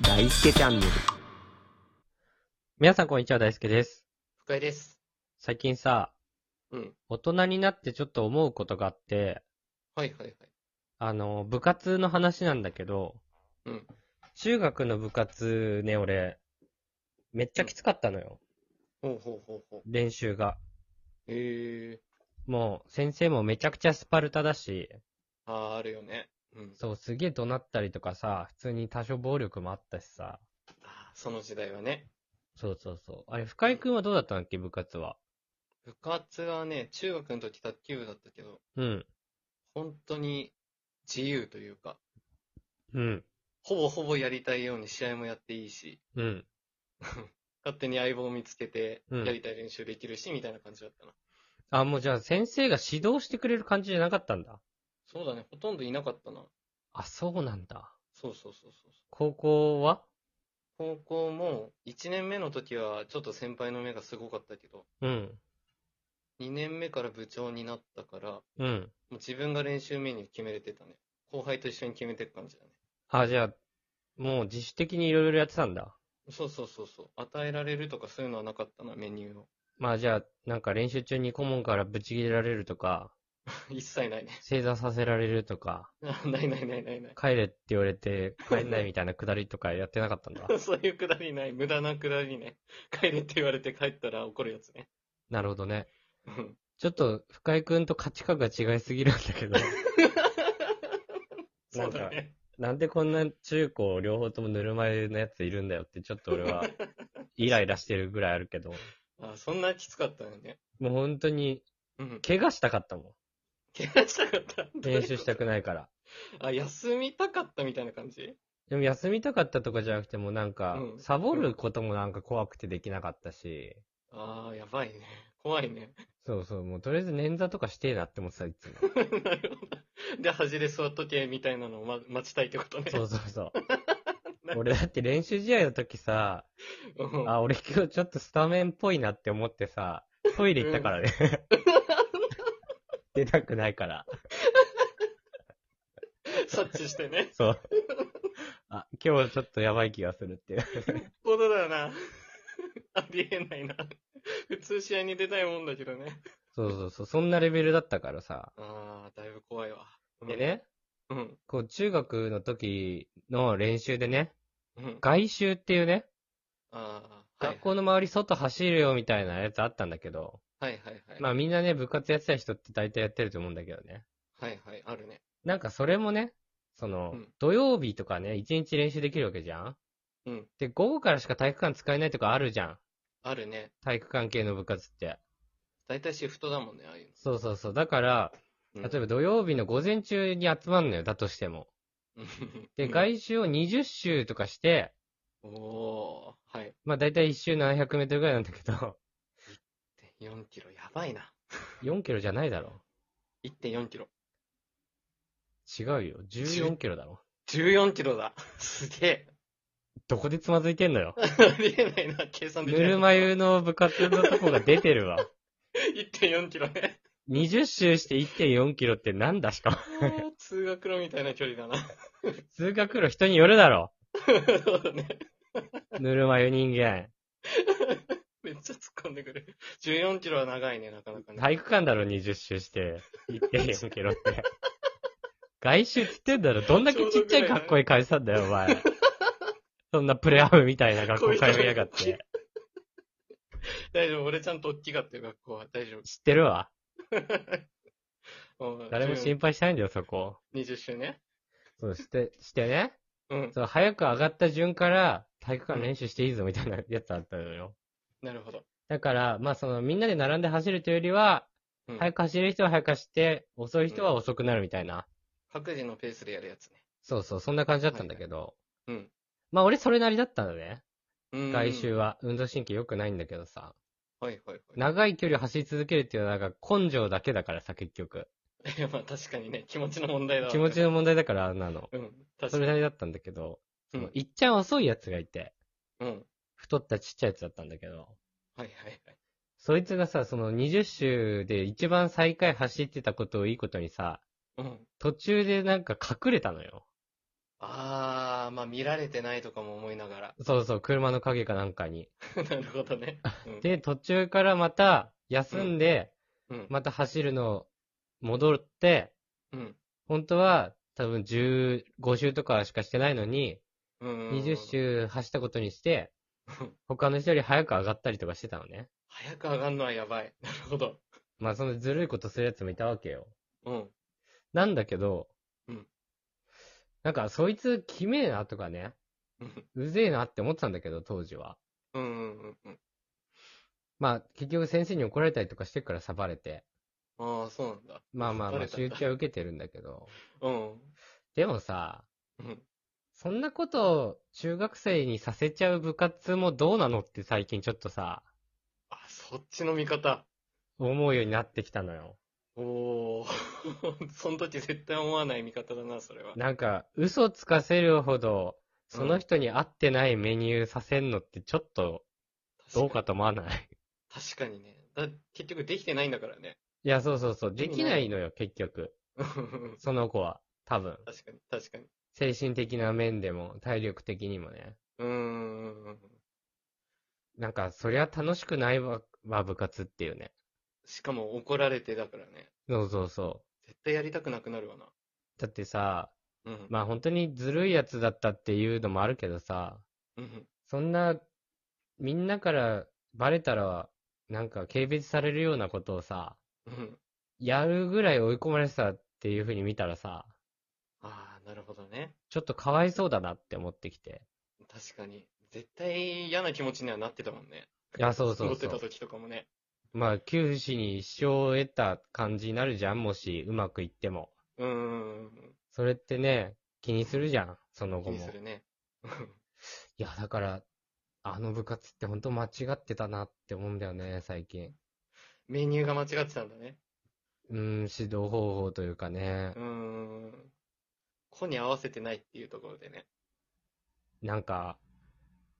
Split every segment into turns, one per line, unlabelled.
大輔チャンネル。
皆さんこんにちは、大輔です。
深井です。
最近さ、
うん。
大人になってちょっと思うことがあって、
はいはいはい。
あの、部活の話なんだけど、
うん
中学の部活ね、俺、めっちゃきつかったのよ、
ほうほうほうほう。
練習が。
へえ
もう、先生もめちゃくちゃスパルタだし、
ー。あー、あるよね。うん。
そう、すげえ怒鳴ったりとかさ、普通に多少暴力もあったしさ。
あーその時代はね。
そうそうそう。あれ、深井くんはどうだったんだっけ、部活は。
部活はね、中学の時卓球部だったけど、
うん。
本当に自由というか、
うん。
ほぼほぼやりたいように試合もやっていいし、
うん。
勝手に相棒を見つけて、
うん
やりたい練習できるし、みたいな感じだったな。
あ、もうじゃあ先生が指導してくれる感じじゃなかったんだ。
そうだね、ほとんどいなかったな。
あ、そうなんだ。
そうそうそうそう。
高校は
高校も、1年目の時は、ちょっと先輩の目がすごかったけど、
うん。
2年目から部長になったから、
うん。
もう自分が練習メニュー決めれてたね。後輩と一緒に決めてく感じだね。
あ、じゃあ、もう自主的にいろいろやってたんだ。
そうそうそうそう。与えられるとかそういうのはなかったな、メニューを。
まあじゃあ、なんか練習中に顧問からぶち切れられるとか、
一切ないね。
正座させられるとか、
あないないないないない。
帰れって言われて帰んないみたいなくだりとかやってなかった んだ。
そういうくだりない。無駄なくだりね。帰れって言われて帰ったら怒るやつね。
なるほどね。
うん
ちょっと、深井くんと価値観が違いすぎるんだけど、
そうだね。
なんでこんな中高両方ともぬるま湯のやついるんだよって、ちょっと俺はイライラしてるぐらいあるけど、
あそんなきつかったよね。
もう本当に
うん。
怪我したかったも
怪我したかった。
ん。練習したくないから。
あ、休みたかったみたいな感じ
でも休みたかったとかじゃなくてもなんか、
うん
サボることもなんか怖くてできなかったし、
ああ、やばいね。怖いね。
そうそう、もうとりあえず捻挫とかしてえなって思ってた、いつも。
なるほど。で、端で座っとけみたいなのを、ま、待ちたいってことね。
そうそうそう。俺だって練習試合の時さ、
うん
あ、俺今日ちょっとスタメンっぽいなって思ってさ、トイレ行ったからね。出たくないから。
察知してね。
そう。あ、今日はちょっとやばい気がするっていう。
本当だよな。 ありえないな。普通試合に出たいもんだけどね。
そうそうそう、そんなレベルだったからさ。
ああ、だいぶ怖いわ。
で。ね、
うん。
こう中学の時の練習でね、
うん。
外周っていうね、
ああ、はい
学校の周り外走るよみたいなやつあったんだけど、
はいはいはい。
まあみんなね、部活やってた人って大体やってると思うんだけどね。
はいはい、あるね。
なんかそれもね、その
うん、
土曜日とかね、一日練習できるわけじゃん
うん。
で、午後からしか体育館使えないとかあるじゃん。
あるね。
体育関係の部活って。
大体シフトだもんね、ああいう
そうそうそう。だから、
の。
例えば土曜日の午前中に集まんのよ、だとしても。
うん、
で、
うん
外周を20周とかして、
おー、はい。
まあ大体1周700メートルぐらいなんだけど、
4キロ、やばいな。
4キロじゃないだろ。
1.4キロ。
違うよ。14キロだろ。
14キロだ。すげえ。
どこでつまずいてんのよ。
ありえないな、計算で
ぬ
きない。
るま 湯の部活のとこが出てるわ。
1.4キロ ね。
20周して1.4キロってなんだしかも。
あー通学路みたいな距離だな。
通学路人によるだろ。
そうだね。
ぬるま湯人間。
めっちゃ突っ込んでくる。14キロは長いね、なかなかね。
体育館だろ、20周して。1.4キロって。外周って言ってんだろ。どんだけちっちゃい学校へ通したんだよ、お前。そんなプレハブみたいな学校通いやがって。
大丈夫、俺ちゃんと大きかったよ、学校は。大丈
知ってるわ。
夫。うん
誰も心配しないんだよ、そこ。
20周ね。
そうして、してね。
うん。
そう、早く上がった順から体育館練習していいぞ、みたいなやつあったのよ。
なるほど。
だから、まあその、みんなで並んで走るというよりは、
うん
早く走れる人は早く走って、遅い人は遅くなるみたいな。
各自のペースでやるやつね。
そうそう、そんな感じだったんだけど。
うん。
まあ俺それなりだったのね。
うん
外周。は。運動神経良くないんだけどさ。
はいはいは
長い距離を走り続けるっていうのはなんか根性だけだからさ、結局。
い。いや、まあ確かにね、気持ちの問題だわ
気持ち。の問題だから、あんなの。
うん。
そ
確か
れ
に。
なりだったんだけど、
う
その
ん。
いっちゃん遅いやつがいて、
うん。
太ったちっちゃいやつだったんだけど、
はいはいはい。
そいつがさ、その20周で一番最下位走ってたことをいいことにさ、
うん。
途中でなんか隠れたのよ。
あー、まあ見られてないとかも思いながら。
そうそう、車の影かなんかに。
なるほどね。うん
で、途中からまた休んで、
うん。
また走るの戻って、
うん。
本当は多分15周とかしかしてないのに、
うん。
20。周走ったことにして
うん、
他の人より早く上がったりとかしてたのね。
早く上がるのはやばい。なるほど。
まあそのずるいことするやつもいたわけよ。
うん。
なんだけど、
うん
なんかそいつきめえなとかね、
うん。
うぜえなって思ってたんだけど当時は。
うんうんうん。
まあ結局先生に怒られたりとかしてっからサバれて。
ああ、そうなんだ。
まあまあまあ
刺され
周
た
知は受けてるんだけど。
うん。
でもさ、
うん。
そんなことを中学生にさせちゃう部活もどうなのって最近ちょっとさ、
あ、そっちの見方。
思うようになってきたのよ。
おー。 その時絶対思わない見方だな、それは。
なんか、嘘つかせるほど、その人に合ってないメニューさせんのってちょっとどうかと思わない
確かにね。だ結局できてないんだからね。
いや、そうそうそう、
で
で
も
き
ね
ないのよ、結局。
うんうん
その子は、多分。
確かに、確かに。
精神的な面でも、体力的にもね。
うーん。
なんか、そりゃ楽しくないわ、わ部活っていうね。
しかも怒られてだからね。
そうそうそ
絶対やりたくなくなるわな。
う。だってさ、
うん。
まあ本当にずるいやつだったっていうのもあるけどさ、
うん。
そんな、みんなからバレたら、なんか軽蔑されるようなことをさ、
うん。
やるぐらい追い込まれてたっていう風に見たらさ、
ああ、なるほどね。
ちょっとかわいそうだなって思ってきて。
確かに。絶対嫌な気持ちにはなってたもんね。
いや、そうそう
持って
そ
た
う。
時とかもね。
まあ、九死に一生を得た感じになるじゃん、もしうまくいっても。
うーん。
それってね、気にするじゃん、その
気
後
に
も。
するね。
いや、だから、あの部活って本当間違ってたなって思うんだよね、最近。
メニューが間違ってたんだね。
うーん、指導方法というかね
う、ーん。子に合わせてないっていうところでね。
なんか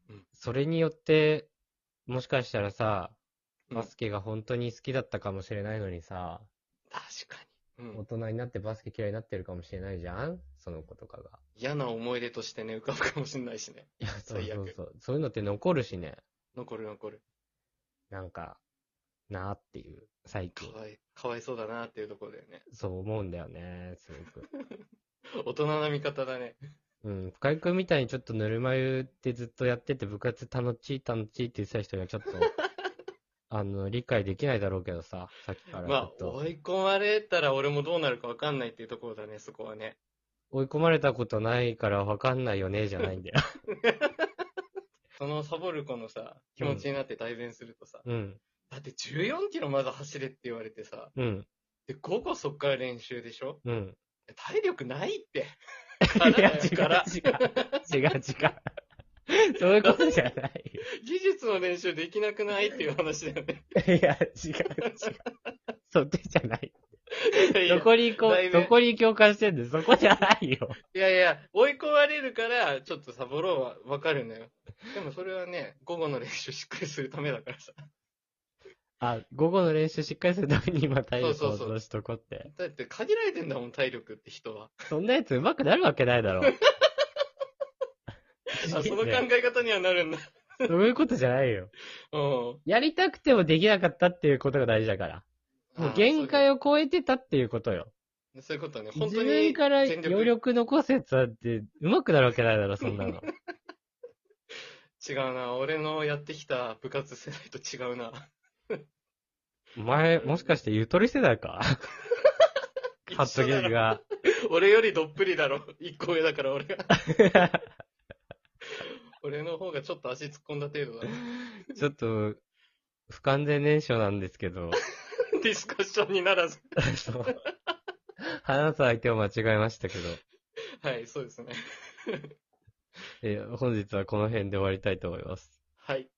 うん、
それによって、もしかしたらさ、
うん
バスケが本当に好きだったかもしれないのにさ、
確かに。う
大
ん。
人になってバスケ嫌いになってるかもしれないじゃんその子とかが。
嫌な思い出としてね、浮かぶかもしれないしね。
いや、そう
最悪
そうそう。そういうのって残るしね。
残る残る。
なんか、なあっていう、最
か
近。
わい、かわいそうだなっていうところだよね。
そう思うんだよね、すごく。
大人な見方だね。
うん、深井君みたいにちょっとぬるま湯ってずっとやってて部活楽しい楽しいって言ってた人にはちょ っと、あの、理解できないだろうけどさ、さっきからちょ
ま
っ
あ、
と。
追い込まれたら俺もどうなるかわかんないっていうところだね、そこはね。
追い込まれたことないからわかんないよね、じゃないんだ よ。
そのサボる子のさ、気持ちになって代弁するとさ、
うん、
だって14キロまず走れって言われてさ、
うん、
で、午後そっから練習でしょ
うん。
体力ないって。
いや、
体
違
だから
う、違う。違う、違う。そういうことじゃないよ。
技術の練習できなくないっていう話だ よね。
いや、違う、違う。そっちじゃない。
いやいや
どこにこ、
だいうぶ
どこに共感してんだよ。そこじゃないよ。
いやいや、追い込まれるから、ちょっとサボろうはわかるのよ。でもそれはね、午後の練習しっかりするためだからさ。
あ、午後の練習しっかりするために今体力
そう
を
そうそう
落としとこって。
だって限られてんだもん、体力って人は。
そんなやつ上手くなるわけないだろ。
あ、その考
ね
え方にはなるんだ。
そういうことじゃないよ。
うん。
やりたくてもできなかったっていうことが大事だから。もう限界を超えてたっていうことよ。
を。そういうことね。本
自
当に。
分から
全
余力残せたって上手くなるわけないだろ、そんなの。
違うな。俺のやってきた部活世代と違 うな。
お前、もしかしてゆとり世代か 発言が。
俺よりどっぷりだろ。一個上だから俺が。 俺の方がちょっと足突っ込んだ程度だ。
ちょっと、不完全燃焼なんですけど、
ディスカッションにならず。
そう話す相手を間違えましたけど、
はい、そうですね。
えー本日はこの辺で終わりたいと思います。
はい。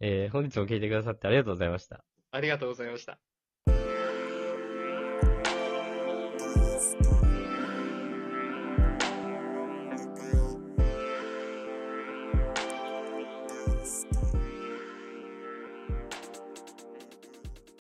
えー本日も聞いてくださってありがとうございました。
ありがとうございました。